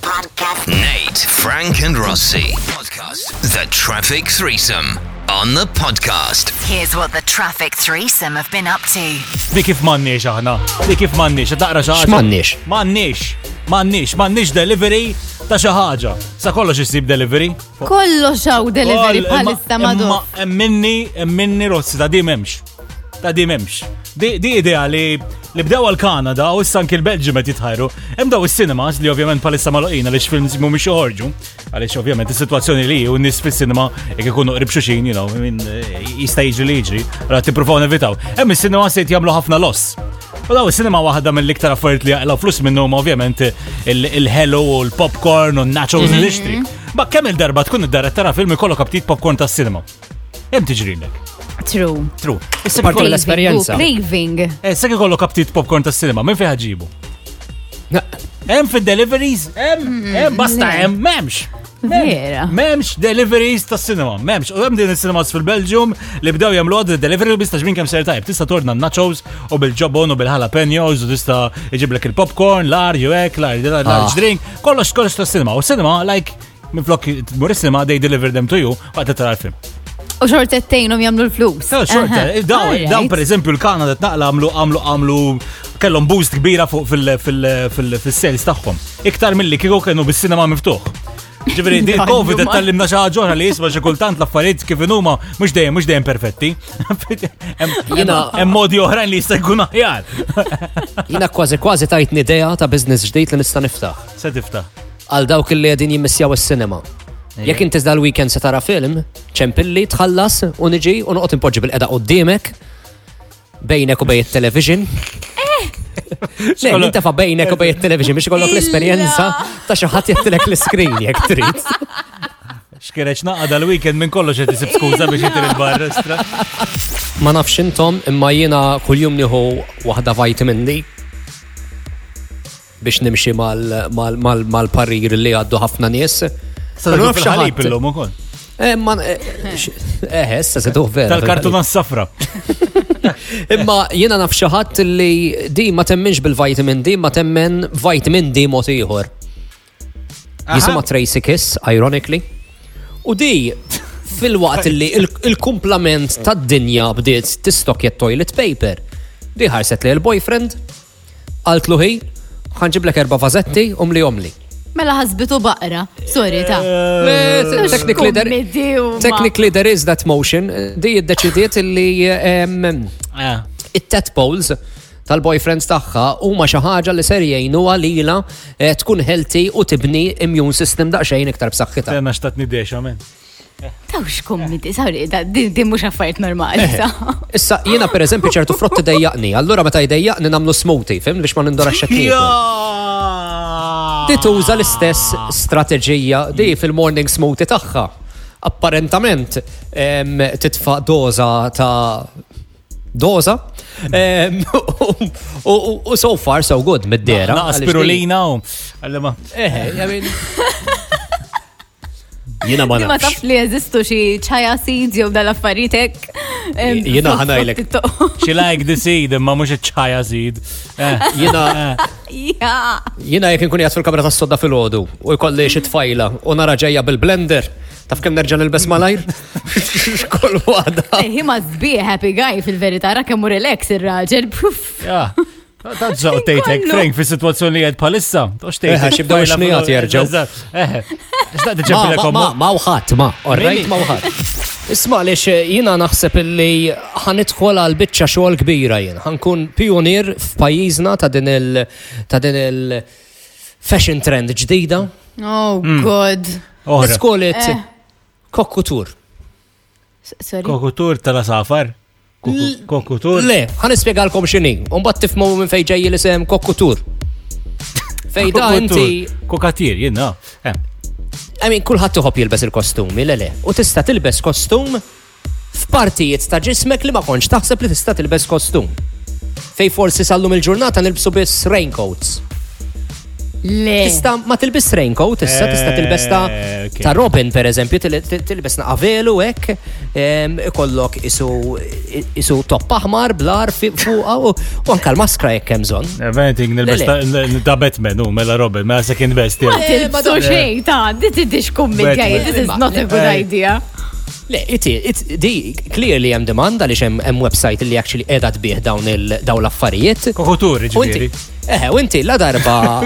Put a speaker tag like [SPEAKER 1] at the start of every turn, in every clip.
[SPEAKER 1] podcast.
[SPEAKER 2] Nate, Frank, and Rossi. Podcast. The Traffic Threesome on the podcast.
[SPEAKER 1] Here's what the traffic threesome have been up to.
[SPEAKER 3] Di kif mannix aħna, di kif mannix, taqra xaħġa.
[SPEAKER 4] X'mannix?
[SPEAKER 3] Mannix, mannix, mannix delivery ta' xaħġa. Sa kollox isib delivery.
[SPEAKER 5] Kollo xaw delivery
[SPEAKER 3] Koll-
[SPEAKER 5] palissa
[SPEAKER 3] imma-
[SPEAKER 5] madu.
[SPEAKER 3] imma- Minni, minni rossi, ta' di memx. Ta' di memx. Di di idea li li bdew għal-Kanada u issa anki l-Belġium qed jitħajru. Hemm daw is-cinemas li ovvjament palissa maloqin għaliex films mhumiex joħorġu. Għaliex ovvjament is-sitwazzjoni li hi u n-nies fis-sinema jekk ikunu qrib xuxin, you know, min eh, jista' jiġri li jiġri, ra tippruvaw nevitaw. Hemm is-sinema se jagħmlu ħafna loss. U daw is-sinema waħda mill-iktar affarijiet li jaqlaw flus minnhom ovvjament il- il-hello u l-popcorn u n-nachos li tixtri. Ma kemm il-darba tkun id-darra tara film ikollok aptit popcorn tas-sinema. Hemm tiġrilek.
[SPEAKER 5] True.
[SPEAKER 3] Tru. Issa
[SPEAKER 4] Parti
[SPEAKER 3] ikollok-
[SPEAKER 4] mill-esperjenza.
[SPEAKER 5] U Craving.
[SPEAKER 3] eh, Issa ikollok aptit popcorn tas-sinema, minn fejn ħaġibu? Hemm fid-deliveries, hemm, hemm basta hemm, m'hemmx.
[SPEAKER 5] Vera.
[SPEAKER 3] Memx deliveries ta' cinema, memx. U hemm din is-cinemas fil-Belġium li bdew jagħmlu għad delivery li bistax minn kemm ser tajb. Tista' torna nachos u bil-ġobon u bil-jalapenos u tista' iġiblek il-popcorn, l-ar, ju hekk, l-ar, l-ar,
[SPEAKER 4] Ah.
[SPEAKER 3] l-ar, drink, kollox kollox ta' cinema. U cinema, like, minn flok tmur is-cinema, they deliver them to you waqt tara l-film.
[SPEAKER 5] U xortettejnum jamlu l-flus.
[SPEAKER 3] Tell xorta, eh,
[SPEAKER 5] Aha.
[SPEAKER 3] daw,
[SPEAKER 5] All
[SPEAKER 3] daw
[SPEAKER 5] right.
[SPEAKER 3] per eżempju l-Kanada tnaqla għamlu għamlu għamlu kellhom boost kbira fuq fil- fil- fil- fil-sales tagħhom. Iktar milli kieku kienu bis-sinema miftuħ. Ġifri, di
[SPEAKER 5] Dajju,
[SPEAKER 3] covid
[SPEAKER 5] ma.
[SPEAKER 3] tallimna xi ħaġa oħra li jisma' xi kultant l-affarijiet kif inhuma mhux dejjem mhux dejjem perfetti. Hemm-
[SPEAKER 4] Jena-
[SPEAKER 3] Hemm modi oħrajn li jista' jkun aħjar.
[SPEAKER 4] Jina kważi kważi tajtni idea ta' biznis ġdejt li nista' niftaħ.
[SPEAKER 3] Se tifta.
[SPEAKER 4] Għal dawk li għedin jimmissjaw is-sinema. Jekk inti dal weekend se tara film, ċempilli, tħallas, u niġi, u noqgħod impoġġi bil-qeda qudiemek, bejnek u bej it-television. Le,
[SPEAKER 3] Xkollok-
[SPEAKER 4] inti fa bejnek u bej it-television biex ikollok l-esperjenza ta' xi ħadd jattilek l-iskrin jekk trid.
[SPEAKER 3] Xkireċ naqqa dal-weekend minn kollox qed isib skuża biex jitir il-barra.
[SPEAKER 4] Ma nafx intom imma jiena kuljum nieħu waħda vitamin D biex nimxi mal- mal- mal- mal-parir li għaddu ħafna nies. Ma
[SPEAKER 3] Sa
[SPEAKER 4] nafx
[SPEAKER 3] fil-ħalib
[SPEAKER 4] ħadd.
[SPEAKER 3] illum ukoll.
[SPEAKER 4] Eh, man, eh, x- eh, essa se tuħ vera.
[SPEAKER 3] Tal-kartuna s-safra.
[SPEAKER 4] Imma jena nafxaħat li di ma temminx bil-vitamin D, ma temmen vitamin D mot iħor. Jisima Tracy Kiss, ironically. U di, fil-waqt li il- il-kumplament ta' dinja bdiet tistokja toilet paper. Di ħarset li l-boyfriend, għaltlu hi, ħanġiblek erba vazetti, umli umli.
[SPEAKER 5] Mela ħasbitu baqra. Sorry ta.
[SPEAKER 4] Eh, Technically there,
[SPEAKER 5] Kummedi huma.
[SPEAKER 4] technically there is that motion. Di id-deċidiet li ehm,
[SPEAKER 3] Eh,
[SPEAKER 4] it-tadpoles tal-boyfriends tagħha huma xi ħaġa li ser jgħinu għalila eh, tkun healthy u tibni immune system daqsxejn iktar b'saħħitha.
[SPEAKER 3] Tenna xtatni deċ, amen.
[SPEAKER 5] Taw x'kummedi, sorry, da- di di mhux affarijiet normali.
[SPEAKER 3] Eh.
[SPEAKER 5] sa.
[SPEAKER 4] Issa jiena pereżempju ċertu frotti dejjaqni, allura meta jdejjaqni nagħmlu smoothie, fim biex ma nindora x'qed
[SPEAKER 3] Ja!
[SPEAKER 4] Di tuża l-istess strateġija di fil-morning smoothie tagħha. Apparentament em, titfa' doza ta' doza em, u- u- u so far so good mid-dera.
[SPEAKER 3] Naqqa
[SPEAKER 4] għaliex di-
[SPEAKER 3] spirulina u. Għalli ma.
[SPEAKER 4] Eh, I mean. Jina ma
[SPEAKER 5] Di ma tafx li jeżistu xi ċaja seeds jew dal-affarijiet hekk. Em,
[SPEAKER 4] Jiena
[SPEAKER 5] frotti-
[SPEAKER 4] ħanajlek.
[SPEAKER 5] frotti-
[SPEAKER 3] She like the seed, ma mux ċaja seed.
[SPEAKER 4] Jina,
[SPEAKER 5] Ja.
[SPEAKER 4] jina e jek nkun jgħat fil-kamra ta' sodda fil-ħodu u jkolli xi tfajla u nara ġejja bil-blender. Taf kem nerġa' nilbes malajr? Xkol wada.
[SPEAKER 5] Eh, He must be a happy guy fil-verità, ra kemm hu relax ir-raġel. Puff.
[SPEAKER 3] Ja. Tadża u tejtek,
[SPEAKER 5] Kollu.
[SPEAKER 3] Frank, fi situazzjoni li għed palissa. Tox tejtek.
[SPEAKER 4] Eħe, xibdew ix-xnijat jerġgħu.
[SPEAKER 3] Eħe. Xtaqt
[SPEAKER 4] Ma,
[SPEAKER 3] ġebilek
[SPEAKER 4] ma, ma uħat, ma,
[SPEAKER 3] Really?
[SPEAKER 4] orrejt ma uħat. Isma li jina naħseb illi ħanidħol għal bitċa xogħol kbira jien. Ħankun pionier f'pajjiżna ta' din il ta' din il fashion trend ġdida.
[SPEAKER 5] Oh
[SPEAKER 3] Hmm.
[SPEAKER 5] god.
[SPEAKER 3] Oħra.
[SPEAKER 4] Skolet kokkutur.
[SPEAKER 5] S- Sorry.
[SPEAKER 3] Kokutur tal-asafar. Kuku- Kokutur.
[SPEAKER 4] Le, ħan ispiegalkom xini. Umbat tifmu minn fej ġejji li sem kokkutur. Fej da
[SPEAKER 3] Kokutur.
[SPEAKER 4] inti,
[SPEAKER 3] Kokatir, jenna.
[SPEAKER 4] I mean, kullħat tuħob jilbes il-kostumi, le le. U tista tilbes kostum f'partijiet ta' ġismek li ma konċ taħseb li tista tilbes kostum. Fej forsi sallum il-ġurnata nilbsu biss raincoats.
[SPEAKER 5] Le.
[SPEAKER 4] Tista ma tilbis raincoat, issa tista tilbes ta'
[SPEAKER 3] Eh, ok.
[SPEAKER 4] ta' Robin per eżempju, til- til- tilbes na' avelu ek, ikollok isu isu topp aħmar, blar fi- fuqa u u anka l-maskra jekk hemm bżonn.
[SPEAKER 3] Eventing nil-besta da Batman, u mela Robin, mela second best. yeah.
[SPEAKER 5] Ma tilbsu xejn ta' this is dish complicated, this is not a good
[SPEAKER 3] Eh.
[SPEAKER 5] idea.
[SPEAKER 4] Le, iti, it- di clearly hemm demanda li hemm hemm website li actually qiegħda tbih dawn il- dawn l-affarijiet.
[SPEAKER 3] Kokoturi
[SPEAKER 4] U inti,
[SPEAKER 3] ġifiri.
[SPEAKER 4] eh, u inti la darba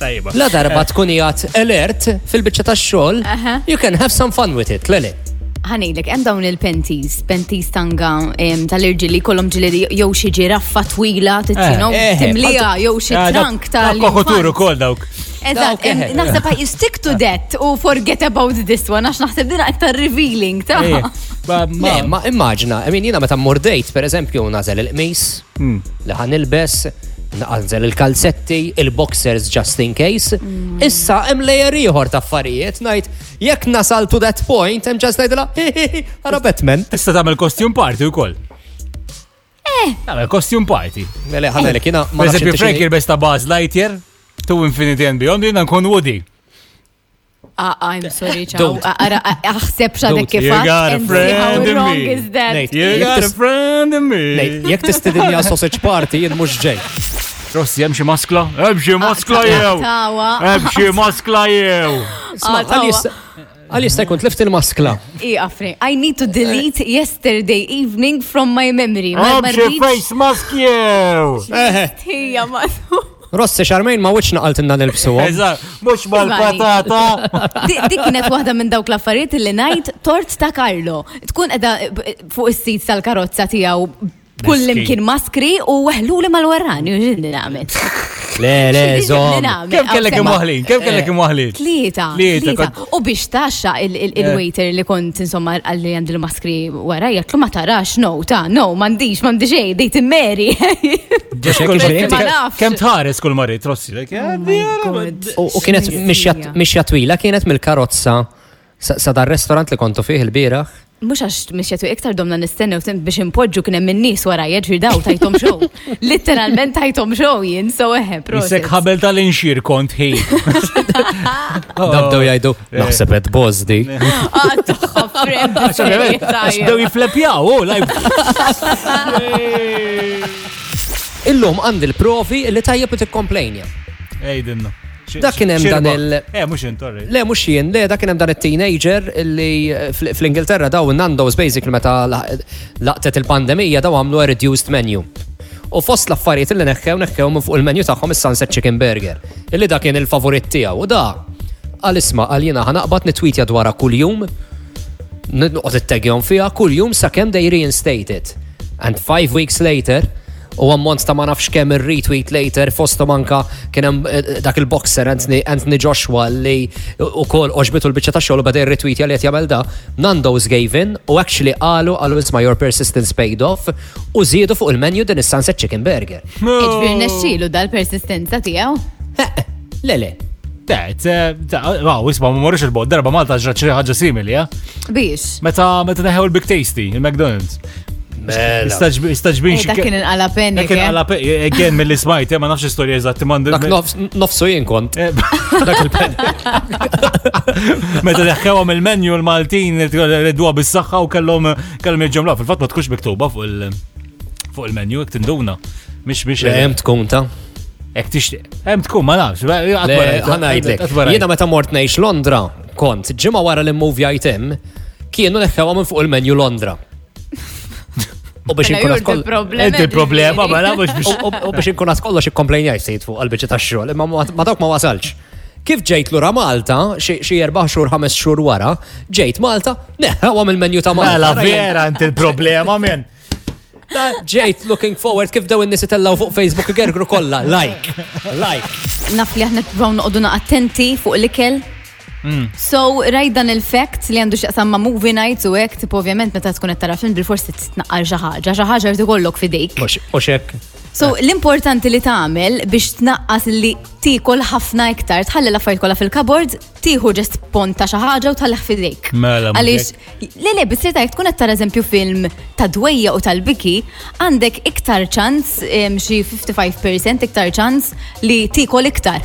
[SPEAKER 3] Tajba.
[SPEAKER 4] La darba tkun jgħat alert fil-bicċa tax xogħol,
[SPEAKER 5] Aha.
[SPEAKER 4] you can have some fun with it, lele.
[SPEAKER 5] Ħanejlek, hemm dawn il-pentis, pentis tanga em, tal-irġili kollhom ġiledi jew xi ġiraffa twila tittinhom
[SPEAKER 4] Eh, eh,
[SPEAKER 5] timlija jew xi
[SPEAKER 3] Ah, dak-
[SPEAKER 5] trank tal.
[SPEAKER 3] Kokoturu kol dawk.
[SPEAKER 5] Eżatt,
[SPEAKER 3] Ah,
[SPEAKER 4] Dawk,
[SPEAKER 5] em,
[SPEAKER 4] eh.
[SPEAKER 5] naħseb I stick to that u forget about this one għax naħseb din aktar revealing ta'
[SPEAKER 3] Eh, ba-
[SPEAKER 4] Le,
[SPEAKER 3] ma-
[SPEAKER 4] ma immaġna, I mean, jina meta mordejt, per eżempju, nażel il-qmis, li ħan ilbes, nażel il-kalzetti, il-boxers just in case. Issa, hemm lejer ieħor ta' affarijiet, ngħid, jekk nasal to that point, hemm just ngħidla, ara Batman.
[SPEAKER 3] Tista tagħmel costume party wkoll. Eh. Tagħmel costume party.
[SPEAKER 4] Mele, ħanelek, jina ma
[SPEAKER 3] Per eżempju, Frank
[SPEAKER 4] nafx.
[SPEAKER 3] jirbes ta' Buzz Lightyear, to Infinity and Beyond, jina nkun Woody.
[SPEAKER 5] Ah, I'm sorry, ciao.
[SPEAKER 4] Don't.
[SPEAKER 5] Ah, ara, ah, Aħseb xadek
[SPEAKER 4] Don't.
[SPEAKER 5] kif
[SPEAKER 3] You got a
[SPEAKER 5] and see how
[SPEAKER 3] friend in
[SPEAKER 5] wrong
[SPEAKER 3] me.
[SPEAKER 5] is that.
[SPEAKER 4] Nate.
[SPEAKER 3] You
[SPEAKER 4] Jek
[SPEAKER 3] got a
[SPEAKER 4] tis-
[SPEAKER 3] friend in me.
[SPEAKER 4] Jekk tistidinja sausage party, jien mhux ġej.
[SPEAKER 3] Rossi, hemm xi maskla? Hemm xi maskla
[SPEAKER 5] Ah, ta-
[SPEAKER 3] jew.
[SPEAKER 5] tawa.
[SPEAKER 3] Hemm xi maskla jew.
[SPEAKER 5] Ah, tawa.
[SPEAKER 4] Għalissa jkun tlift il-maskla.
[SPEAKER 5] Iqafri, Eh, I need to delete
[SPEAKER 3] Eh.
[SPEAKER 5] yesterday evening from my memory. Ma
[SPEAKER 3] Hemm xi
[SPEAKER 5] marriċ
[SPEAKER 3] face mask jew.
[SPEAKER 5] hija ma.
[SPEAKER 4] Rossi xarmejn ma wiċ naqaltinna nil-bsuwa.
[SPEAKER 3] Eżatt, mhux mal-patata.
[SPEAKER 5] Di- Dik kienet waħda minn dawk l-affarijiet li ngħid tort ta' Karlo. Tkun qiegħda b- eh, fuq is-sit tal-karozza tiegħu kull imkien maskri u weħlu li mal-warrani u ġinni nagħmel.
[SPEAKER 4] Le, le, zom.
[SPEAKER 3] Kemm kellek imwaħlin? Kemm kellek
[SPEAKER 5] Eh.
[SPEAKER 3] imwaħlin?
[SPEAKER 5] Tlieta,
[SPEAKER 3] Tlieta,
[SPEAKER 5] tlieta.
[SPEAKER 3] kont-
[SPEAKER 5] U biex taxxa il- il-
[SPEAKER 4] Eh.
[SPEAKER 5] il-waiter li kont insomma għalli għand il-maskri wara, jgħatlu ma tarax, no, ta, no, mandiġ, mandiġ, dejt Mary.
[SPEAKER 4] Ġeċek
[SPEAKER 3] Kull
[SPEAKER 5] Ġeċek
[SPEAKER 3] marit,
[SPEAKER 5] ma
[SPEAKER 3] ke-
[SPEAKER 5] nafx.
[SPEAKER 3] Kemm tħares kull marit, Rossi. like, eh,
[SPEAKER 4] Oh U u kienet mixja- mixja twila, kienet mill-karozza sa sa dar restorant li kontu fih il-biraħ.
[SPEAKER 5] Mux għax misjetu iktar domna nistennew tim biex impoġġu kien hemm in-nies wara jġri daw tajtom show. Literalment tajtom show jien, so eħe,
[SPEAKER 3] Isek
[SPEAKER 5] proset.
[SPEAKER 3] ħabel tal-inxir kont hi. Oh.
[SPEAKER 4] Dabdew jajdu,
[SPEAKER 3] Eh.
[SPEAKER 4] naħsebet bozdi.
[SPEAKER 3] Dew jiflepjaw, u lajb.
[SPEAKER 4] Illum għandi l-provi li tajjeb li tikkomplejnja.
[SPEAKER 3] Ejdinna.
[SPEAKER 4] Dak kien hemm dan il-
[SPEAKER 3] Eh, mhux intorri.
[SPEAKER 4] Le, mux jien, le, da kienem dan il-teenager li eh, fl- fl-Ingilterra daw Nando's basic li meta la- laqtet il-pandemija daw għamlu a reduced menu. U fost l-affarijiet li neħkew neħkew minn fuq il-menu tagħhom is-Sunset Chicken Burger. Illi da kien il-favorit tiegħu u da għal isma' għal jiena ħanaqbad nitwitja dwarha kuljum noqgħod ittegjhom fiha kuljum sakemm they reinstate it. And five weeks later, u ammont ta' ma nafx kemm ir-retweet later fostom anka kien hemm eh, dak il-boxer Anthony, Anthony Joshua li ukoll oġbitu l-biċċa ta' xogħol u bada ir-retweetja li qed jagħmel da, Nando's gave in u actually qalu qalu isma' your persistence paid off u żiedu fuq il-menu din is-Sunset Chicken Burger.
[SPEAKER 5] Iġbir nesċilu dal-persistenza tiegħu.
[SPEAKER 4] Eh, Le le,
[SPEAKER 3] Ta' ta' ta' wow, isma' ma morrux il-bod, darba Malta ġrat xi ħaġa simili, eh?
[SPEAKER 5] Biex.
[SPEAKER 3] Meta meta neħew il-Big Tasty, il-McDonald's.
[SPEAKER 4] Mela.
[SPEAKER 3] Istaġb- Istaġbin
[SPEAKER 5] Eh, dak kien inqala penni,
[SPEAKER 3] Dak kien
[SPEAKER 5] eh?
[SPEAKER 3] għala again mill-li smajt, eh, ma nafx istorja eżatt, mandu.
[SPEAKER 4] dak nofs- nofsu jien kont.
[SPEAKER 3] Eh, dak il-pen. Meta daħħewhom il-menju l-Maltin redwa bis-saħħa u kellhom kellhom jiġġomla fil-fatt ma tkunx miktuba fuq il- fuq il-menju jekk tinduna. Mhix mhix
[SPEAKER 4] Hemm tkun ta'.
[SPEAKER 3] hekk tixtieq. Hemm tkun ma nafx.
[SPEAKER 4] Le, ħanajdlek. Jiena meta mort ngħix Londra, kont ġimgħa wara li movja jtem, kienu neħħewha minn fuq il-menju Londra. U biex inkun
[SPEAKER 5] Mela, jgħu
[SPEAKER 4] għatkoll.
[SPEAKER 5] il-problema
[SPEAKER 3] Enti il-problema ma
[SPEAKER 5] ġifieri.
[SPEAKER 3] nafx biex.
[SPEAKER 4] U biex inkun għat kollox ikkomplejnja jisejt fuq għalbiċi ta' xogħol, imma ma ma dawk ma wasalx. Kif ġejt lura Malta, xi xi erba' xhur ħames xhur wara, ġejt Malta, neħħewha mill-menju ta'
[SPEAKER 3] Mela
[SPEAKER 4] Malta. Rajjen,
[SPEAKER 3] vera inti il-problema minn.
[SPEAKER 4] ta' Ġejt looking forward kif daw in-nies itellaw fuq Facebook igergru kollha, like, like.
[SPEAKER 5] Naf li aħna provaw noqoduna attenti fuq l-ikel.
[SPEAKER 3] Mm.
[SPEAKER 5] So, rajt dan il-fact li għandu xaqsam ma' movie nights u hekk, tipo ovvjament meta tkun qed tara film bil-forsi titnaqqar xi ħaġa, xi ħaġa li tkollok fidejk.
[SPEAKER 4] U xek,
[SPEAKER 5] So l-importanti li tagħmel biex tnaqqas li tikol ħafna iktar, tħalli l-affarijiet kollha fil-kabord, tieħu ġest pont ta' xi ħaġa u tħalli ħfidejk.
[SPEAKER 3] Mela, mhux
[SPEAKER 5] Għaliex le le biss li tajk tkun qed tara eżempju film ta' dwejja u tal-biki, għandek iktar ċans em, xi 55% iktar ċans li tikol iktar.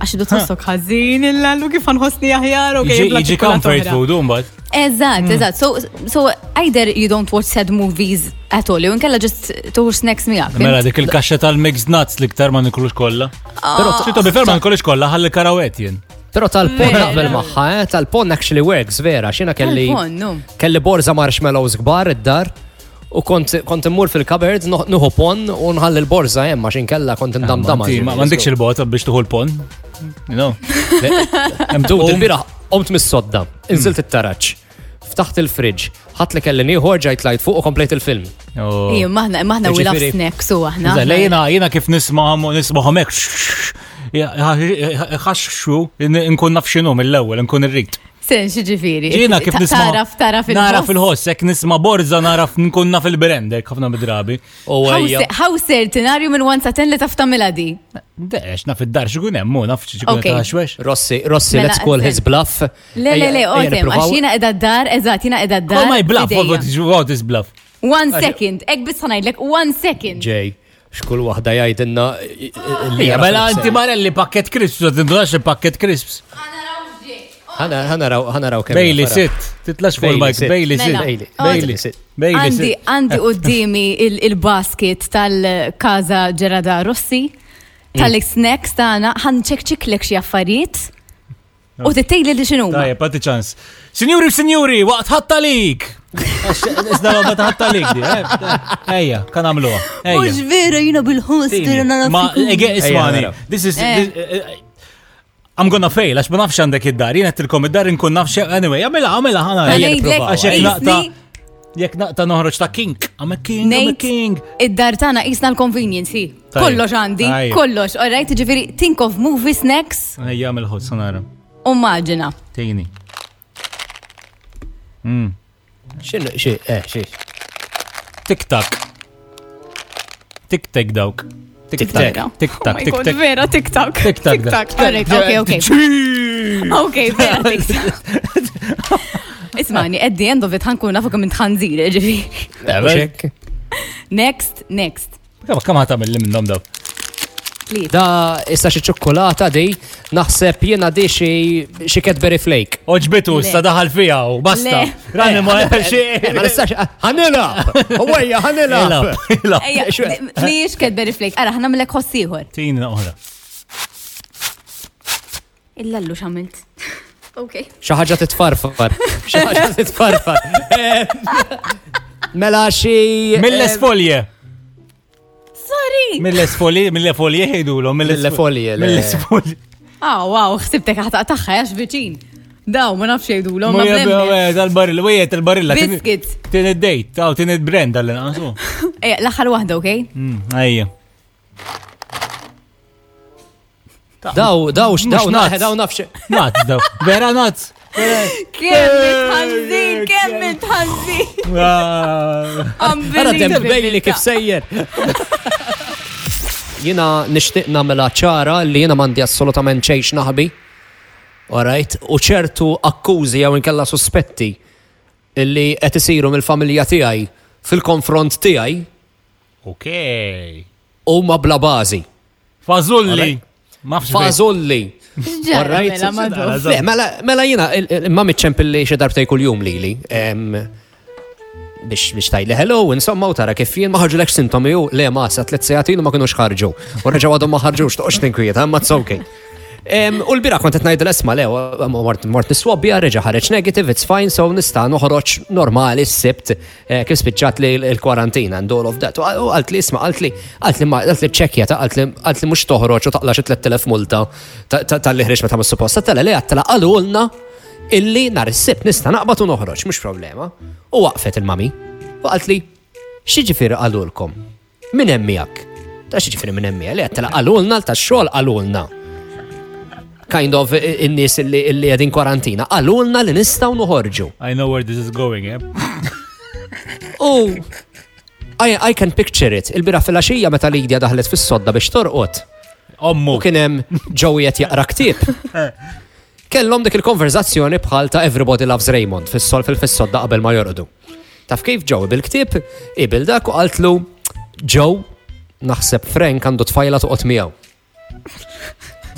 [SPEAKER 5] Għax idu tħossok ħażin il-lallu kif ħanħossni aħjar u kif
[SPEAKER 3] Jiġi comfort food, un bat.
[SPEAKER 5] Eżatt, eżatt. So, so either you don't watch sad movies at all, jew inkella just tuħu snacks miegħek.
[SPEAKER 3] Mela dik il-kaxxa tal-mixed nuts li ktar ma nikulux kollha. Però tito bi ferma nikulux kollha ħalli karawet jien.
[SPEAKER 4] Pero tal-pon
[SPEAKER 5] Vera.
[SPEAKER 4] naqbel maħħa, eh, tal-pon actually works, vera, xina kelli.
[SPEAKER 5] Tal-pon, Ah, no.
[SPEAKER 4] Kelli borza marshmallows gbar id-dar. U kont kont immur fil-cupboard, noħ- nuħu pon u nħalli l-borza eh? hemm għax inkella kont indamdama.
[SPEAKER 3] Manti, Ah, Ma mandikx il-bota biex tuħu l-pon. You know?
[SPEAKER 4] Hemm dud il-biraħ qomt mis-sodda, inżilt it-taraċ, ftaħt il-friġġ, ħadd li kelli nieħor ġajt lajt fuq u komplejt il-film.
[SPEAKER 3] Oh.
[SPEAKER 5] Ejju, maħna, maħna we love
[SPEAKER 3] Ġifieri-
[SPEAKER 5] snacks u aħna.
[SPEAKER 3] Iżda, le Jena jena kif nismaħam nismaħam ek. Ħaxxu, nkun nafxinu mill-ewel, nkun irrit.
[SPEAKER 5] Sen, xieġifiri.
[SPEAKER 3] Jena kif nisma.
[SPEAKER 5] Eh, Taraf, taraf
[SPEAKER 3] Nara fil-ħoss, ek nisma borza nara nkun naf il-brand, ek ħafna bidrabi.
[SPEAKER 4] U għajja.
[SPEAKER 5] How certain are you minn 1 sa 10 li tafta miladi?
[SPEAKER 3] Dex, naf id-dar xikun emmu, naf xikun
[SPEAKER 5] Okay.
[SPEAKER 3] taħxwex.
[SPEAKER 4] Rossi, Rossi,
[SPEAKER 5] Mela,
[SPEAKER 4] let's call his
[SPEAKER 5] eżatt.
[SPEAKER 4] bluff.
[SPEAKER 5] Le, le, le, otem, għax jina edha d-dar, eżat, jina edha d-dar.
[SPEAKER 3] Oh my bluff, what is what is bluff?
[SPEAKER 5] One second, ek bis ħanajdlek, one second.
[SPEAKER 4] Ġej, xkull wahda jgħidinna.
[SPEAKER 3] Ja, bella anti marelli pakket crisps, għat ndrax pakket crisps.
[SPEAKER 4] Ħanaraw kemm.
[SPEAKER 3] Bejli
[SPEAKER 4] nafara.
[SPEAKER 3] sit, titlax fuq
[SPEAKER 4] Bejli
[SPEAKER 3] il-mic,
[SPEAKER 4] sit.
[SPEAKER 3] bejli sit.
[SPEAKER 5] Mela,
[SPEAKER 3] Bejli,
[SPEAKER 5] oh,
[SPEAKER 3] Bejli sit. Bejli
[SPEAKER 5] Għandi,
[SPEAKER 3] sit.
[SPEAKER 5] għandi qoddimi il- il-basket tal-kaza Ġerada Rossi,
[SPEAKER 3] Mm.
[SPEAKER 5] tal-snacks tagħna, ħanċekċiklek xi affarijiet. U tittejli li xinu.
[SPEAKER 3] Tajja, pati ċans. Sinjuri u sinjuri, waqt ħatta lik! Iżda ma ta' ħatta lik di, eh? Ejja, kan għamluwa.
[SPEAKER 5] Mux
[SPEAKER 3] Ejja.
[SPEAKER 5] vera jina bil-hoster na
[SPEAKER 3] Ma, ege, ismani,
[SPEAKER 4] naraw.
[SPEAKER 3] this is... this- eh, eh, I'm gonna fail, għax ma nafx għandek id-dar, jena tilkom id-dar nkun nafx, anyway, għamela, għamela, ħana.
[SPEAKER 5] Għanajdlek,
[SPEAKER 4] Għax
[SPEAKER 3] jekk naqta-
[SPEAKER 5] isni,
[SPEAKER 3] Jek naqta noħroġ ta' king, I'm a king, I'm a
[SPEAKER 5] nejt,
[SPEAKER 3] king.
[SPEAKER 5] id-dar tana isna l-conveniency.
[SPEAKER 3] Tajjeb.
[SPEAKER 5] Kollox għandi,
[SPEAKER 3] Tajjeb.
[SPEAKER 5] kollox, all right, ġifiri, think of movie snacks
[SPEAKER 3] Ejja, għamil ħod, sanara.
[SPEAKER 5] u maġina.
[SPEAKER 3] Tejni.
[SPEAKER 4] Xinu, xie, eh, xie.
[SPEAKER 3] Tik-tak. Tik-tak dawk. Tik-tak.
[SPEAKER 5] Tik-tak. Oh
[SPEAKER 3] Tik-tak, tik-tak.
[SPEAKER 5] vera, tiktak.
[SPEAKER 3] Tiktak, da.
[SPEAKER 5] All right, okay, okay. Ok, vera, tiktak. Ismani, at the end of it, ħankun nafu kem intħanżir, ġifi.
[SPEAKER 4] eh,
[SPEAKER 5] Next, next,
[SPEAKER 3] Kama kama ta' mill minnom daw.
[SPEAKER 5] please.
[SPEAKER 4] Da, issa xie ċokkolata di, naħseb jena di xie xie Cadbury Flake.
[SPEAKER 3] Oġbitu,
[SPEAKER 5] Le.
[SPEAKER 3] sta daħal fija u oh, basta.
[SPEAKER 5] Le.
[SPEAKER 3] Rani ma
[SPEAKER 4] Eh, Ma
[SPEAKER 3] xie.
[SPEAKER 4] nistax, ħanila! Uwejja, ħanila!
[SPEAKER 5] Ejja, fliex kedberi flake. Ara, ħna millek hossiħor.
[SPEAKER 3] Tina oħra.
[SPEAKER 5] Illa l xamilt. Ok.
[SPEAKER 4] Xaħġa titfarfar. Xaħġa titfarfar. Eh, Mela eh, xie.
[SPEAKER 5] Eh,
[SPEAKER 3] Mill-esfolje.
[SPEAKER 5] Sorry.
[SPEAKER 3] Mill-esfolje, mill-esfolje ħidulom.
[SPEAKER 4] Mill-esfolje, le.
[SPEAKER 3] Mill-esfolje.
[SPEAKER 5] Ah, wow, xsibtek ħata taħħa, jax viċin. Daw, ma nafx jgħidu l ma
[SPEAKER 3] Ma
[SPEAKER 5] blemmi.
[SPEAKER 3] jabba, dal-barilla, wijet il-barilla.
[SPEAKER 5] Biscuits.
[SPEAKER 3] Tin id-dejt, taw, tin id-brand dal-lena.
[SPEAKER 5] Ejja, l-axar wahda, ok?
[SPEAKER 3] Ejja.
[SPEAKER 4] Daw, daw, x- daw,
[SPEAKER 3] Mux
[SPEAKER 4] naħe,
[SPEAKER 3] nuts.
[SPEAKER 4] daw nafx.
[SPEAKER 3] Nat, daw. Vera nat.
[SPEAKER 5] Kemm intħanżir, kemm intħanżir.
[SPEAKER 4] Għara dem
[SPEAKER 5] Unbelievable.
[SPEAKER 4] bejli kif sejjer. Jina nishtiq namela ċara li jina mandi assolutament ċejx naħbi. Alright, u ċertu akkużi jew inkella sospetti illi qed isiru mill-familja tiegħi fil-konfront tiegħi
[SPEAKER 3] Okej.
[SPEAKER 4] huma bla bażi.
[SPEAKER 3] Fazulli. Mafx.
[SPEAKER 4] Fażulli.
[SPEAKER 5] Ġara,
[SPEAKER 4] Alright,
[SPEAKER 5] mela, ma dur.
[SPEAKER 4] Le, Mela mela jina, il- il- ma mitċempilli xe darbtej kull-jum li li. biex biex tajli hello, insomma, u tara kif jien maħarġu l-ek sintomi u le ma sa tlet sejatin u ma kienux ħarġu. U reġaw għadhom maħarġux, toqx tinkwiet, ma t-sokej. U l-bira kont qed ngħid l-esma le, u- u mort mort niswobbija, reġa ħareġ negative, it's fine, so nista' noħroġ normali s-sibt eh, kif spiċċat li l-kwarantina and all of that. U għal- u qalt li isma' qalt li qalt li ma qalt li ċekkja ta' qalt li- qalt li mhux toħroġ u taqla xi 3000 multa ta- ta- tal-li ħriġ meta mis-suppost. Ta' tela le għattela qalulna illi nar is-sibt nista' naqbad u noħroġ, mhux problema. U waqfet il-mami. U qalt li x'jiġifieri qalulkom? Min hemm miegħek? Ta x'jiġifieri min hemm miegħek? Li qed qalulna tax-xogħol qalulna. Kind of eh, in-nies illi illi qegħdin kwarantina qalulna li nistgħu noħorġu.
[SPEAKER 3] I know where this is going, eh?
[SPEAKER 4] U I, I can picture it. Il-bira fil-axija meta Lidja daħlet fis-sodda biex torqot.
[SPEAKER 3] Ommu.
[SPEAKER 4] U kien hemm Joey qed jaqra ktieb. Kellhom dik il-konverzazzjoni bħal ta' Everybody Loves Raymond fis-sol fil-fis-sodda qabel ma jorqdu. Taf kif Joey bil-ktieb ibil dak u qaltlu Joe naħseb Frank għandu tfajla toqgħod miegħu.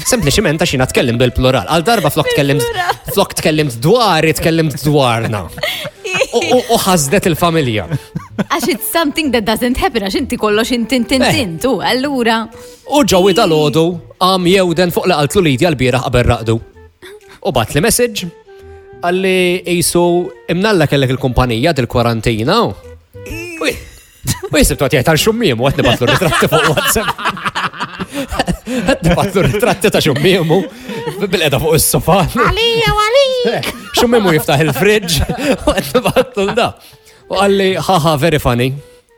[SPEAKER 4] Sempliċiment għax jiena tkellem bil-plural. Għal darba flok tkellimt flok tkellimt dwar, tkellimt dwarna. U- u- U ħasdet il-familja.
[SPEAKER 5] Għax it's something that doesn't happen, għax inti kollox intintintint, u allura.
[SPEAKER 4] U ġawi dal-ħodu għam jewden fuq laqaltu Lidja l-bira qabel raqdu. U bat li message għalli jisu imnalla kellek il-kumpanija dil-kwarantina. U j- u jisib tuħat jgħetar xummimu, għat nibatlu ritratti fuq WhatsApp. Għat nibatlu ritratti ta' xummimu bil-edha fuq il-sofa.
[SPEAKER 5] Għalija, għalija!
[SPEAKER 4] Xummimu jiftaħ il-fridġ u għat nibatlu da. U għalli haha very funny.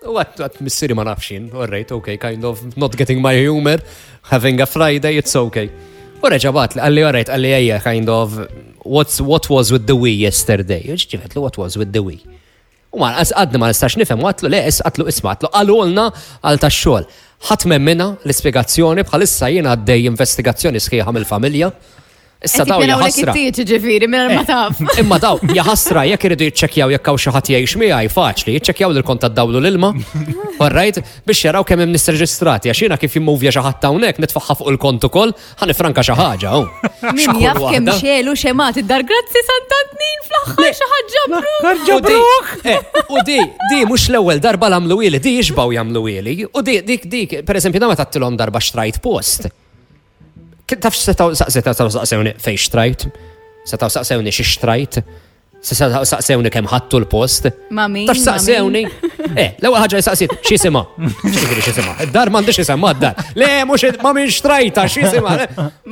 [SPEAKER 4] U għat għat missiri ma nafxin, all right, okay, kind of not getting my humor, having a Friday, it's okay. U reġabat li għalli all right, għalli għajja, kind of, what's, what was with the we yesterday? U ġivet li what was with the we? U ma għas għadni ma nistax nifem, u għatlu le, es għatlu isma, għatlu għallu għalna għal ta' xol. Ħatmem minna l-ispiegazzjoni bħalissa jena għaddej investigazzjoni sħiħa mill-familja. Issa daw
[SPEAKER 5] Għetipjena u
[SPEAKER 4] jaħasra.
[SPEAKER 5] l-ekittiċ ġifiri, minna ma taf.
[SPEAKER 4] Imma daw, jaħasra, jekk iridu jiċċekjaw jekk hawn xi ħadd jgħix miegħi faċli, jiċċekjaw lil kont dawlu l-ilma, orrajt, biex jaraw kemm hemm nisreġistrati għax jiena kif jimmuvja xi ħadd hawnhekk nitfaħħa fuq il-kont ukoll, ħanifranka xi ħaġa oh. hu.
[SPEAKER 5] Min
[SPEAKER 4] Xkull
[SPEAKER 5] jaf kem
[SPEAKER 4] waħda.
[SPEAKER 5] xelu xemat id-dar, grazzi santantnin fl-axħar xaħġabru.
[SPEAKER 4] U di- eh, U di, di mhux l-ewwel darba l-għamlu ili, di jixbaw jagħmlu ili. U di, dik, dik, pereżempju da meta tattilhom darba xtrajt post. Kien Taf setaw saqsetaw saqsewni fejn xtrajt? Setaw saqsewni xi xtrajt? Setaw saqsewni kemm ħadtu l-post?
[SPEAKER 5] Mami.
[SPEAKER 4] Tax saqsewni? Eh, l-ewwel ħaġa li saqsit, xi sema? X'ifri xi sema? Dar m'għandix isema d-dar. Le mhux ma min xtrajta, xi sema?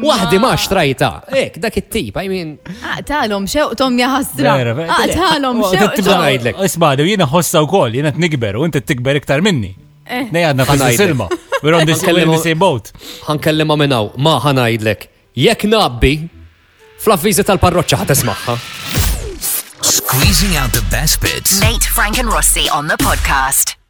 [SPEAKER 4] Waħdi ma xtrajta. Ek, dak it-tip, I mean.
[SPEAKER 5] Għaqtalom xewqtom jaħasra.
[SPEAKER 3] إيه.
[SPEAKER 5] Għaqtalom
[SPEAKER 4] tibda
[SPEAKER 5] xewqtom.
[SPEAKER 4] ngħidlek.
[SPEAKER 3] Isbadu, jina ħossa u koll, jina t-nikber u inti t-tikber iktar minni. Nej għadna fil
[SPEAKER 4] Ħanajdek.
[SPEAKER 3] silma We're on this, we're in the same boat.
[SPEAKER 4] ħankellima minnaw, ma ħanajdlek, jekk nabbi, fl-avviżi tal-parroċċa ħatesmaħħa.
[SPEAKER 2] Squeezing out the best bits
[SPEAKER 1] Nate, Frank, and Rossi on the podcast.